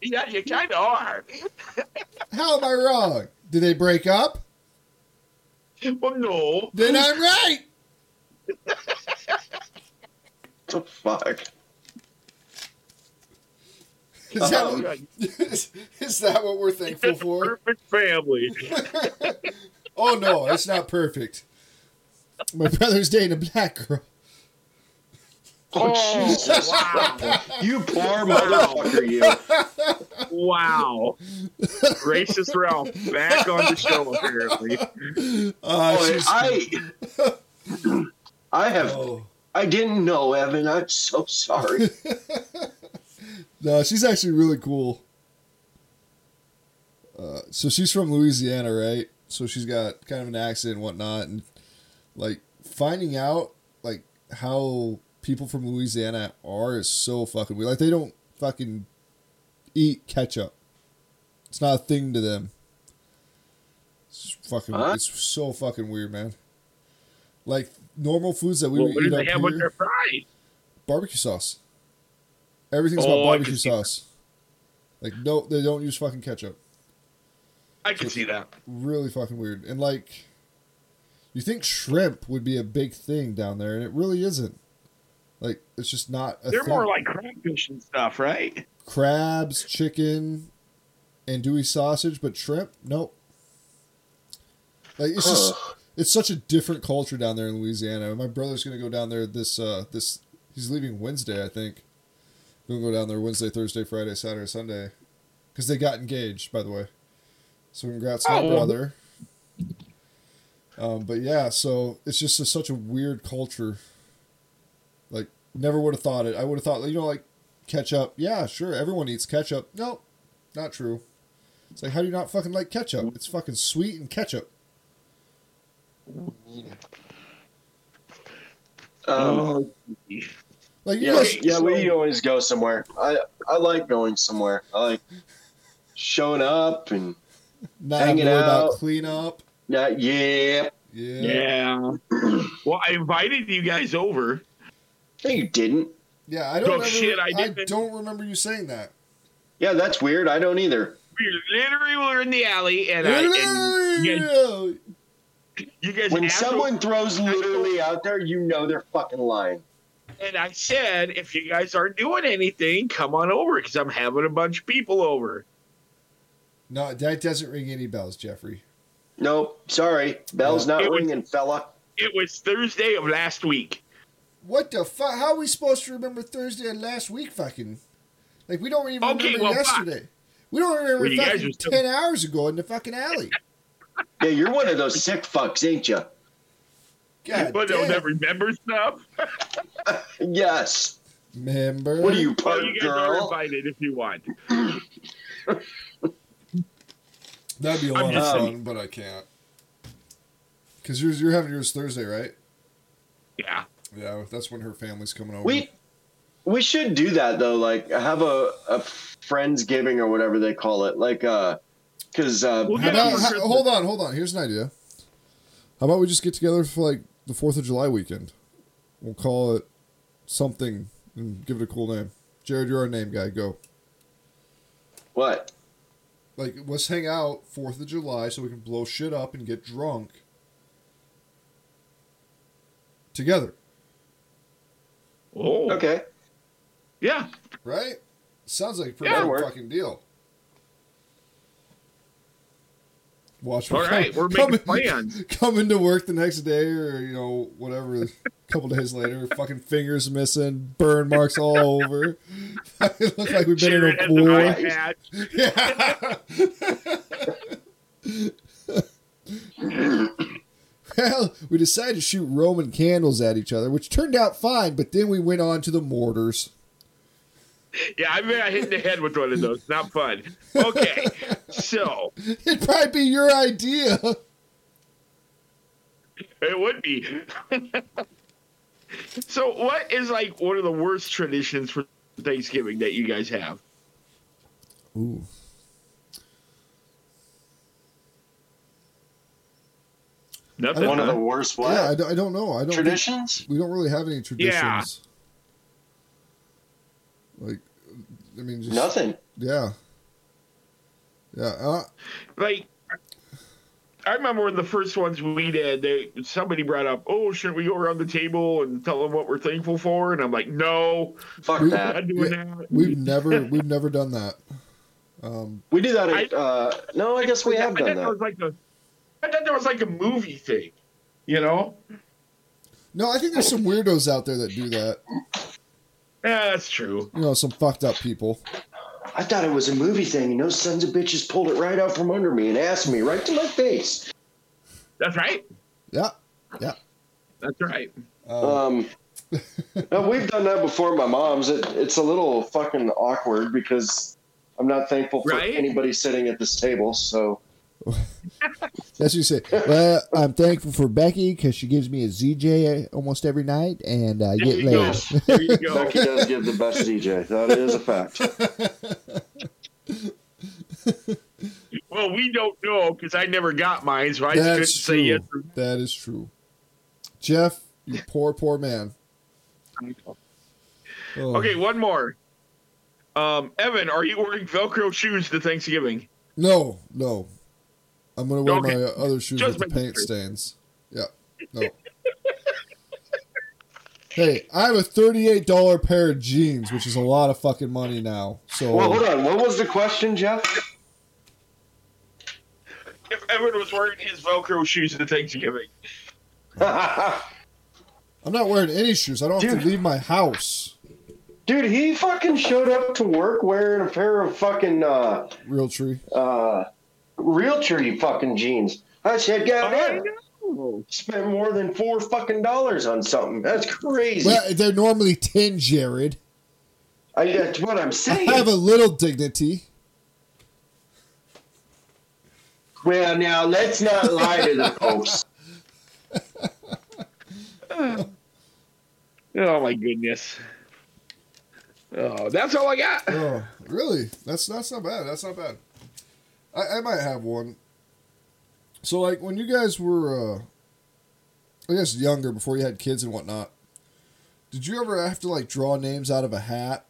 Yeah, you kind of are. How am I wrong? Did they break up? Well, no. Then I'm right. the fuck? Is that Oh, what, God. is, that what we're thankful for? Perfect family. Oh no, it's not perfect. My brother's dating a black girl. Oh, Oh, Jesus. wow. Oh, You poor motherfucker, you. Wow. Racist Ralph back on the show, apparently. Uh, Boy, she's- Oh, I, I have, oh. I didn't know, Evan. I'm so sorry. No, she's actually really cool. Uh, so she's from Louisiana, right? So she's got kind of an accent and whatnot, and like finding out like how people from Louisiana are is so fucking weird. Like they don't fucking eat ketchup. It's not a thing to them. It's fucking. Huh? It's so fucking weird, man. Like normal foods that we Well, would what eat do they up have with here, their fries? barbecue sauce. Everything's Oh, about I barbecue could see sauce. Like no, they don't use fucking ketchup. I can see that. Really fucking weird. And like, you think shrimp would be a big thing down there, and it really isn't. Like it's just not. A They're thing. more like crabfish and stuff, right? crabs, chicken, and Dewey sausage, but shrimp? Nope. Like it's just it's such a different culture down there in Louisiana. My brother's gonna go down there this uh this he's leaving Wednesday, I think. Gonna go down there Wednesday, Thursday, Friday, Saturday, Sunday, because they got engaged, by the way. So congrats, to my Oh. brother. Um, but yeah, so it's just a, such a weird culture. Like, never would have thought it. I would have thought, you know, like ketchup. Yeah, sure, everyone eats ketchup. No, not true. It's like, how do you not fucking like ketchup? It's fucking sweet and ketchup. Um, Oh, Like, you yeah, guys, yeah, we always go somewhere. I I like going somewhere. I like showing up and not having hanging to worry about out. cleanup. yeah, yeah. Yeah. yeah. Yeah. well, I invited you guys over. No, you didn't. I don't Oh, remember, shit, I I, didn't- don't remember you saying that. Yeah, that's weird. I don't either. We literally were in the alley, and, I, and you guys, you guys When asked- someone throws literally out there, you know they're fucking lying. and I said, if you guys aren't doing anything, come on over because I'm having a bunch of people over. No, that doesn't ring any bells, Jeffrey. Nope, sorry, bell's not It was- ringing, fella. It was Thursday of last week. What the fuck? How are we supposed to remember Thursday of last week? Fucking like we don't even Okay, remember well, fuck. yesterday. We don't remember Well, you guys fucking are still- ten hours ago in the fucking alley. Yeah, you're one of those sick fucks, ain't you? God but damn. no, that remember stuff. Yes. Remember? What are you, Well, part you guys are girl? invited if you want. That'd be a I'm lot of just fun, saying. but I can't. Cause yours, you're having yours Thursday, right? Yeah. Yeah, that's when her family's coming over. We we should do that though. Like have a a friendsgiving or whatever they call it. Like uh, because uh, We'll How get about, Yeah. how- hold on, hold on. Here's an idea. How about we just get together for like the Fourth of July weekend? We'll call it something and give it a cool name. Jared, you're our name guy. Go. what? Like, let's hang out Fourth of July so we can blow shit up and get drunk together, Oh. Okay. Yeah. right? Sounds like a pretty Yeah, good work. fucking deal. Watch. All come- right, we're come making in- plans. Come into work the next day, or you know, whatever. A couple days later, fucking fingers missing, burn marks all over. Look like we've been Jared has an in a war. iPad. Yeah. well, we decided to shoot Roman candles at each other, which turned out fine, but then we went on to the mortars. Yeah, I mean, I hit in the head with one of those. Not fun. Okay, so It'd probably be your idea. it would be. so, what is like one of the worst traditions for Thanksgiving that you guys have? Ooh. Nothing. One of huh? the worst what? Yeah, I, don't- I don't know. I don't think- Traditions? we don't really have any traditions. Like, I mean, just Nothing. Yeah, yeah. Uh, like I remember when the first ones we did, they somebody brought up, "Oh, should we go around the table and tell them what we're thankful for?" And I'm like, "No, Fuck We- I'm that. not doing that." we've never we've never done that. Um, We do that. At, uh, no, I guess we have I done thought that was that. like a, I thought that was like a movie thing, you know? no, I think there's some weirdos out there that do that. Yeah, that's true. You know, some fucked up people. I thought it was a movie thing, and those sons of bitches pulled it right out from under me and asked me right to my face. That's right. Yeah. That's right. Um, Um, no, we've done that before. at My mom's. It, it's a little fucking awkward because I'm not thankful for Right? anybody sitting at this table. So that's what you say. Well, I'm thankful for Becky because she gives me a ZJ almost every night, and I There get you go. laid. There you go. Becky does give the best DJ. That is a fact. Well, we don't know because I never got mine, so I just couldn't That's say true. yes. Or That is true. Jeff, you poor, poor man. no. Oh. Okay, one more. Um, Evan, are you wearing Velcro shoes to Thanksgiving? No, no. I'm gonna wear Okay. my other shoes Just with the making paint sure. stains. Yeah. No. Hey, I have a thirty-eight dollar pair of jeans, which is a lot of fucking money now. So Well, hold on. What was the question, Jeff? If Evan was wearing his Velcro shoes at Thanksgiving, I'm not wearing any shoes. I don't have to Dude. leave my house. Dude, he fucking showed up to work wearing a pair of fucking uh Real tree. uh real tree fucking jeans. I said, God damn, spent more than four fucking dollars on something. That's crazy. Well, they're normally ten, Jared. I, that's what I'm I saying. have a little dignity. well, now let's not lie to the folks. Oh my goodness. Oh, that's all I got. Oh, really? That's that's not bad. That's not bad. I, I might have one. So like when you guys were, uh, I guess younger before you had kids and whatnot, did you ever have to like draw names out of a hat,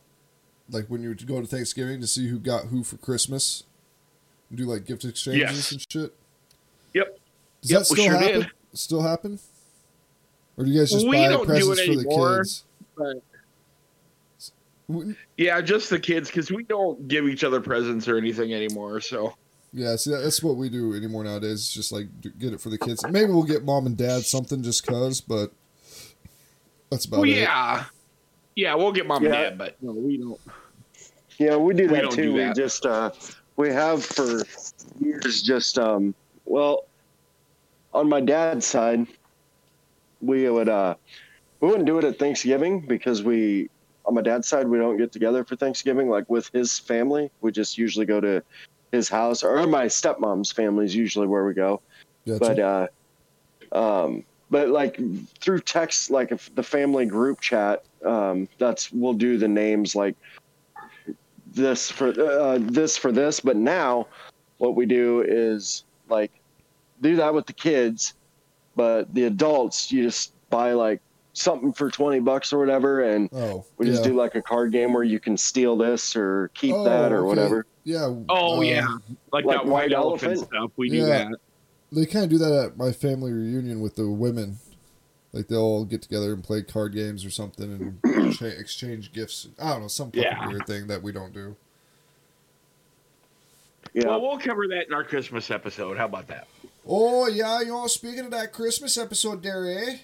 like when you would go to Thanksgiving to see who got who for Christmas, and do like gift exchanges Yes. and shit? Yep. Does Yep, that we still sure happen? did. Still happen? Or do you guys just We buy don't do presents it for the anymore, kids? but- Wouldn't- Yeah, just the kids because we don't give each other presents or anything anymore. So Yeah, see, that- that's what we do anymore nowadays. It's just like d- get it for the kids. Maybe we'll get mom and dad something just cause, but that's about well, it. yeah, yeah, we'll get mom Yeah. and dad, but no, we don't. Yeah, we do We that don't too. do that. We just uh, we have for years just um well on my dad's side we would uh we wouldn't do it at Thanksgiving because we on my dad's side we don't get together for Thanksgiving like with his family. We just usually go to his house or my stepmom's family is usually where we go Gotcha. but uh um but like through text like if the family group chat um that's we'll do the names like this for uh, this for this but now what we do is like do that with the kids but the adults you just buy like something for 20 bucks or whatever and oh, uh, we yeah. just do like a card game where you can steal this or keep Oh, that or okay. whatever Yeah. Oh uh, yeah, like, like that white white elephant, elephant? stuff. We Yeah. do that. They kind of do that at my family reunion with the women. Like they'll all get together and play card games or something and cha- exchange gifts. I don't know, some fucking Yeah. weird thing that we don't do. yeah Well, we'll cover that in our Christmas episode. How about that? Oh yeah, you know, speaking of that Christmas episode there, eh?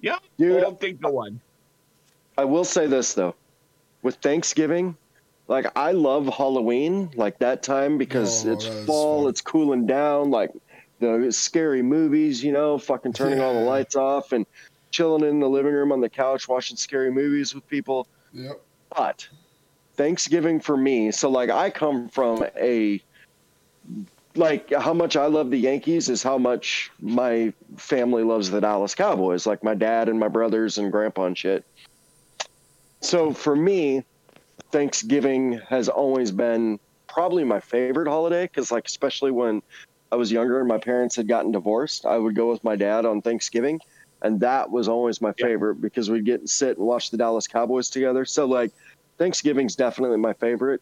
Yeah, Dude, we'll think the one. I will say this though, with Thanksgiving, like I love Halloween, like that time because Oh, it's that is fall, fun. it's cooling down, like the scary movies, you know, fucking turning all the Yeah. lights off and chilling in the living room on the couch watching scary movies with people. Yep. But Thanksgiving for me, so like I come from a like how much I love the Yankees is how much my family loves the Dallas Cowboys, like my dad and my brothers and grandpa and shit. So for me, Thanksgiving has always been probably my favorite holiday because, like, especially when I was younger and my parents had gotten divorced, I would go with my dad on Thanksgiving, and that was always my Yeah. favorite because we'd get and sit and watch the Dallas Cowboys together. So like, Thanksgiving's definitely my favorite,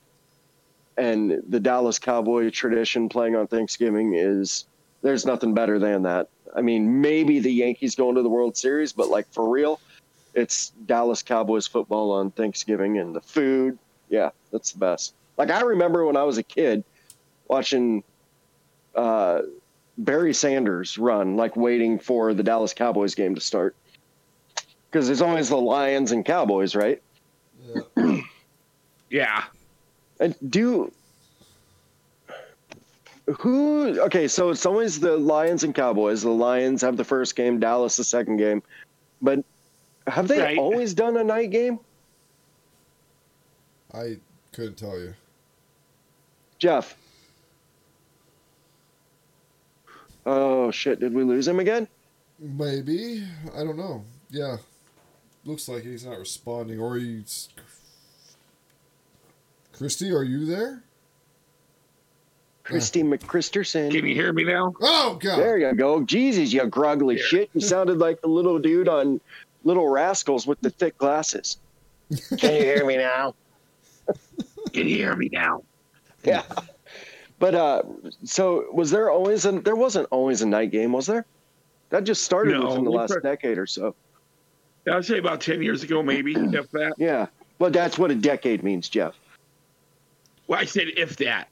and the Dallas Cowboy tradition playing on Thanksgiving is there's nothing better than that. I mean, maybe the Yankees going to the World Series, but like for real, it's Dallas Cowboys football on Thanksgiving and the food. Yeah, that's the best. Like I remember when I was a kid watching uh, Barry Sanders run, like waiting for the Dallas Cowboys game to start because there's always the Lions and Cowboys, right? Yeah. Yeah, And do who? Okay, so it's always the Lions and Cowboys. The Lions have the first game, Dallas the second game. But have they Right. always done a night game? I couldn't tell you. Jeff. Oh shit! Did we lose him again? Maybe. I don't know. Yeah. Looks like he's not responding or he's Christy, are you there? Christy can McChristerson. you hear me now? Oh god. There you go. Jesus, you groggly There. shit! You sounded like the little dude on Little Rascals with the thick glasses. Can you hear me now? Can you hear me now? yeah. But uh, so was there always an there wasn't always a night game, was there? That just started No, within the we last pre- decade or so. I'd say about ten years ago, maybe if that. Yeah. But that's what a decade means, Jeff. Well, I said if that.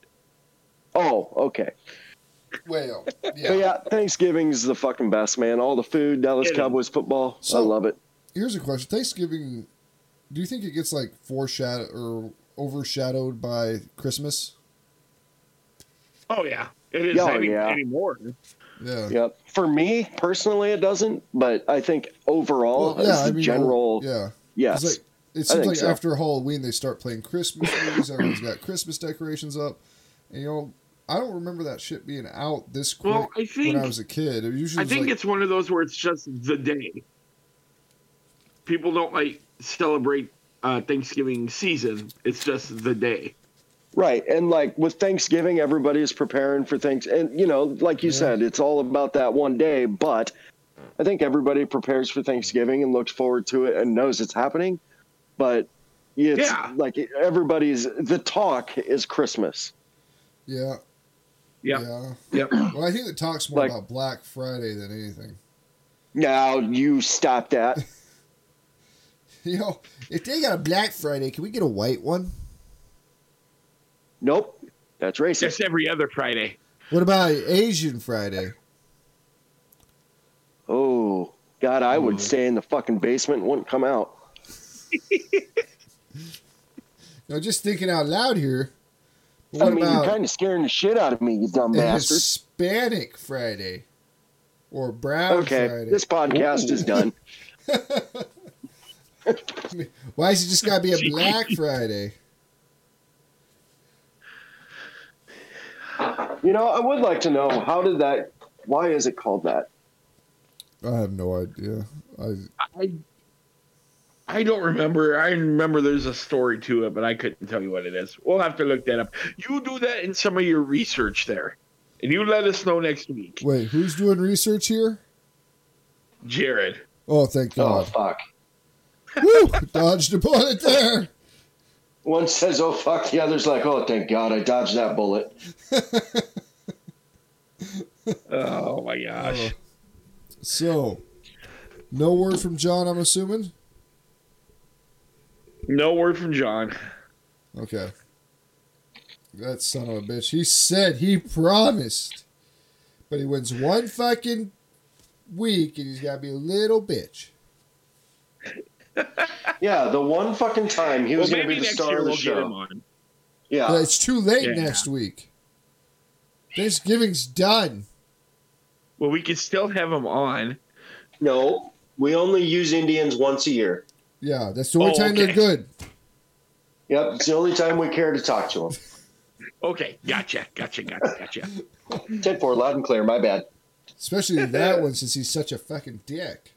Oh, okay. Well, But yeah. yeah, Thanksgiving's the fucking best, man. All the food, Dallas It is. Cowboys football. I So- love it. Here's a question: Thanksgiving, do you think it gets like foreshadowed or overshadowed by Christmas? Oh yeah, it is Yeah, any, yeah. anymore. Yeah. Yep. For me personally, it doesn't, but I think overall, Well, as the general, oh, Yeah. yes. It's like it I seems think like so. after Halloween they start playing Christmas movies. Everyone's got Christmas decorations up, and you know I don't remember that shit being out this quick Well, I think when I was a kid. It usually I was think like, it's one of those where it's just the day. People don't like celebrate uh, Thanksgiving season. It's just the day. Right. And like with Thanksgiving, everybody is preparing for things. And, you know, like you Yeah. said, it's all about that one day. But I think everybody prepares for Thanksgiving and looks forward to it and knows it's happening. But it's Yeah. like everybody's, the talk is Christmas. yeah, Yep. yeah. Yep. Well, I think it talks more Like- about Black Friday than anything. Now you stop that. You know, if they got a Black Friday, can we get a white one? Nope. That's racist. Just every other Friday. What about Asian Friday? Oh, God, I would stay in the fucking basement and wouldn't come out. You know, just thinking out loud here. What I mean, about you're kind of scaring the shit out of me, you dumb bastard. Hispanic Friday or Brown Okay, Friday? this podcast is done. Why is it just got to be a Black Friday? You know, I would like to know how did that? Why is it called that? I have no idea. I I I don't remember. I remember there's a story to it, but I couldn't tell you what it is. We'll have to look that up. You do that in some of your research there, and you let us know next week, wait. Who's doing research here? Jared. Oh, thank Oh God! fuck! Woo! Dodged a bullet there. One says, "Oh fuck," the other's like, "Oh thank God, I dodged that bullet." Oh my gosh. So, no word from John. I'm assuming. No word from John. Okay. That son of a bitch. He said he promised, but he wins one fucking week, and he's got to be a little bitch. Yeah, the one fucking time he was well, going to maybe be the next star year of the we'll get him show. on. But Yeah, it's too late Yeah. next week. Thanksgiving's done. Well, we could still have him on. no, we only use Indians once a year. Yeah, that's the only Oh, time okay. they're good. Yep, it's the only time we care to talk to him. Okay, gotcha, gotcha, gotcha, gotcha. Ten four, loud and clear. My bad. Especially that one since he's such a fucking dick.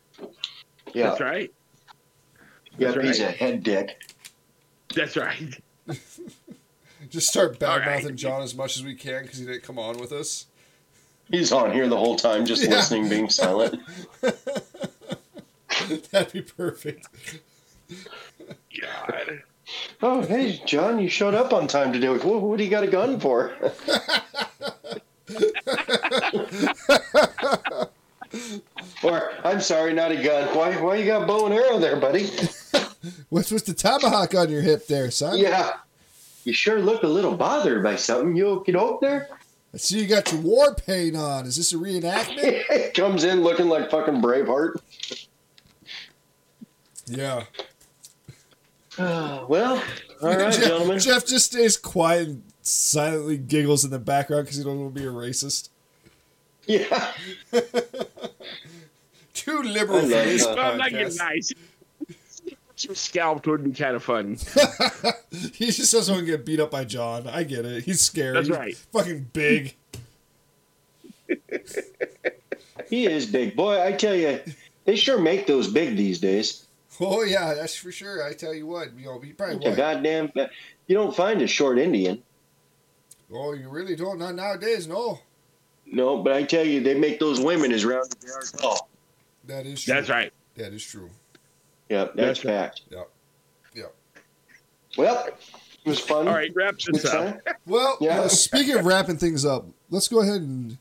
Yeah, That's right. yep, that's he's a right. head dick. That's right. Just start All bad right. mouthing John as much as we can because he didn't come on with us. He's on here the whole time, just Yeah. listening, being silent. That'd be perfect. God. Oh, hey, John, you showed up on time today. What, what do you got a gun for? or, I'm sorry, not a gun. Why, why you got bow and arrow there, buddy? What's with the tomahawk on your hip there, son? Yeah. You sure look a little bothered by something. You okey doke there? I see you got your war paint on. Is this a reenactment? Comes in looking like fucking Braveheart. yeah. Uh, well, all right, Jeff, gentlemen. Jeff just stays quiet and silently giggles in the background because he don't want to be a racist. Yeah. Too liberal I for love this that. Well, I'm not getting podcast. nice. Some scalped would be kind of fun. He just doesn't want to get beat up by John. I get it. He's scared. That's He's right. Fucking big. He is big. Boy, I tell you, they sure make those big these days. Oh yeah, that's for sure. I tell you what, you know, he probably Yeah, what? goddamn, you don't find a short Indian. Oh, you really don't? Not nowadays, no. No, but I tell you, they make those women as round as they are tall. That is true. That's right. That is true. Yep, that's, That's right. fact. Yep. Yep. Well, it was fun. All right, wrap Good this up. time. Well, Yeah. uh, speaking of wrapping things up, let's go ahead and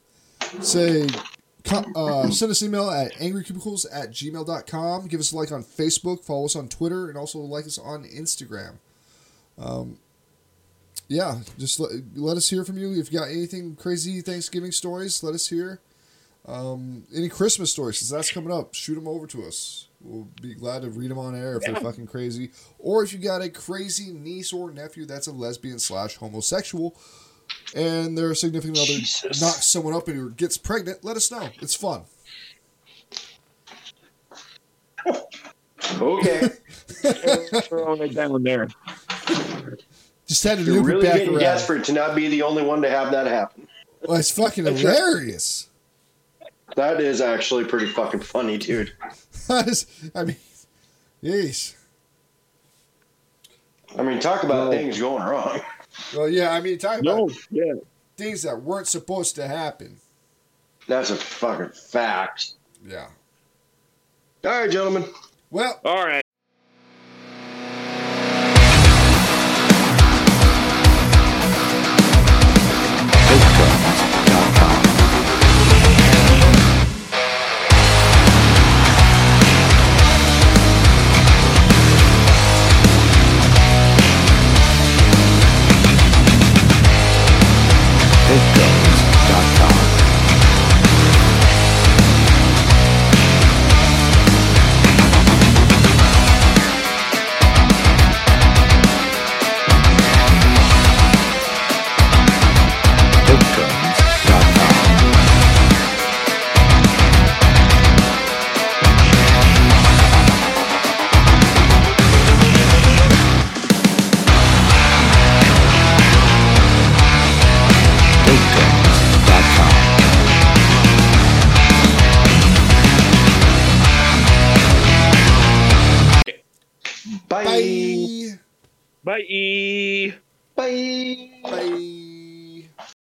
say Co- uh, send us an email at angrycubicles at gmail.com. Give us a like on Facebook, follow us on Twitter, and also like us on Instagram. Um, yeah, just let, let us hear from you. If you got anything crazy Thanksgiving stories, let us hear. Um, any Christmas stories, since that's coming up, shoot them over to us. We'll be glad to read them on air if they're fucking crazy. Or if you got a crazy niece or nephew that's a lesbian slash homosexual and their significant other Jesus. knocks someone up and gets pregnant, let us know. It's fun. Okay. throwing it down there. Just had to You're loop really it back getting around. desperate to not be the only one to have that happen. Well, it's fucking hilarious. That is actually pretty fucking funny, dude. That is- I mean, yeesh. I mean, talk about No. things going wrong. Well, yeah, I mean, talking no. about Yeah. things that weren't supposed to happen. That's a fucking fact. Yeah. All right, gentlemen. Well, All right. Bye. bye. Bye. Bye. Bye.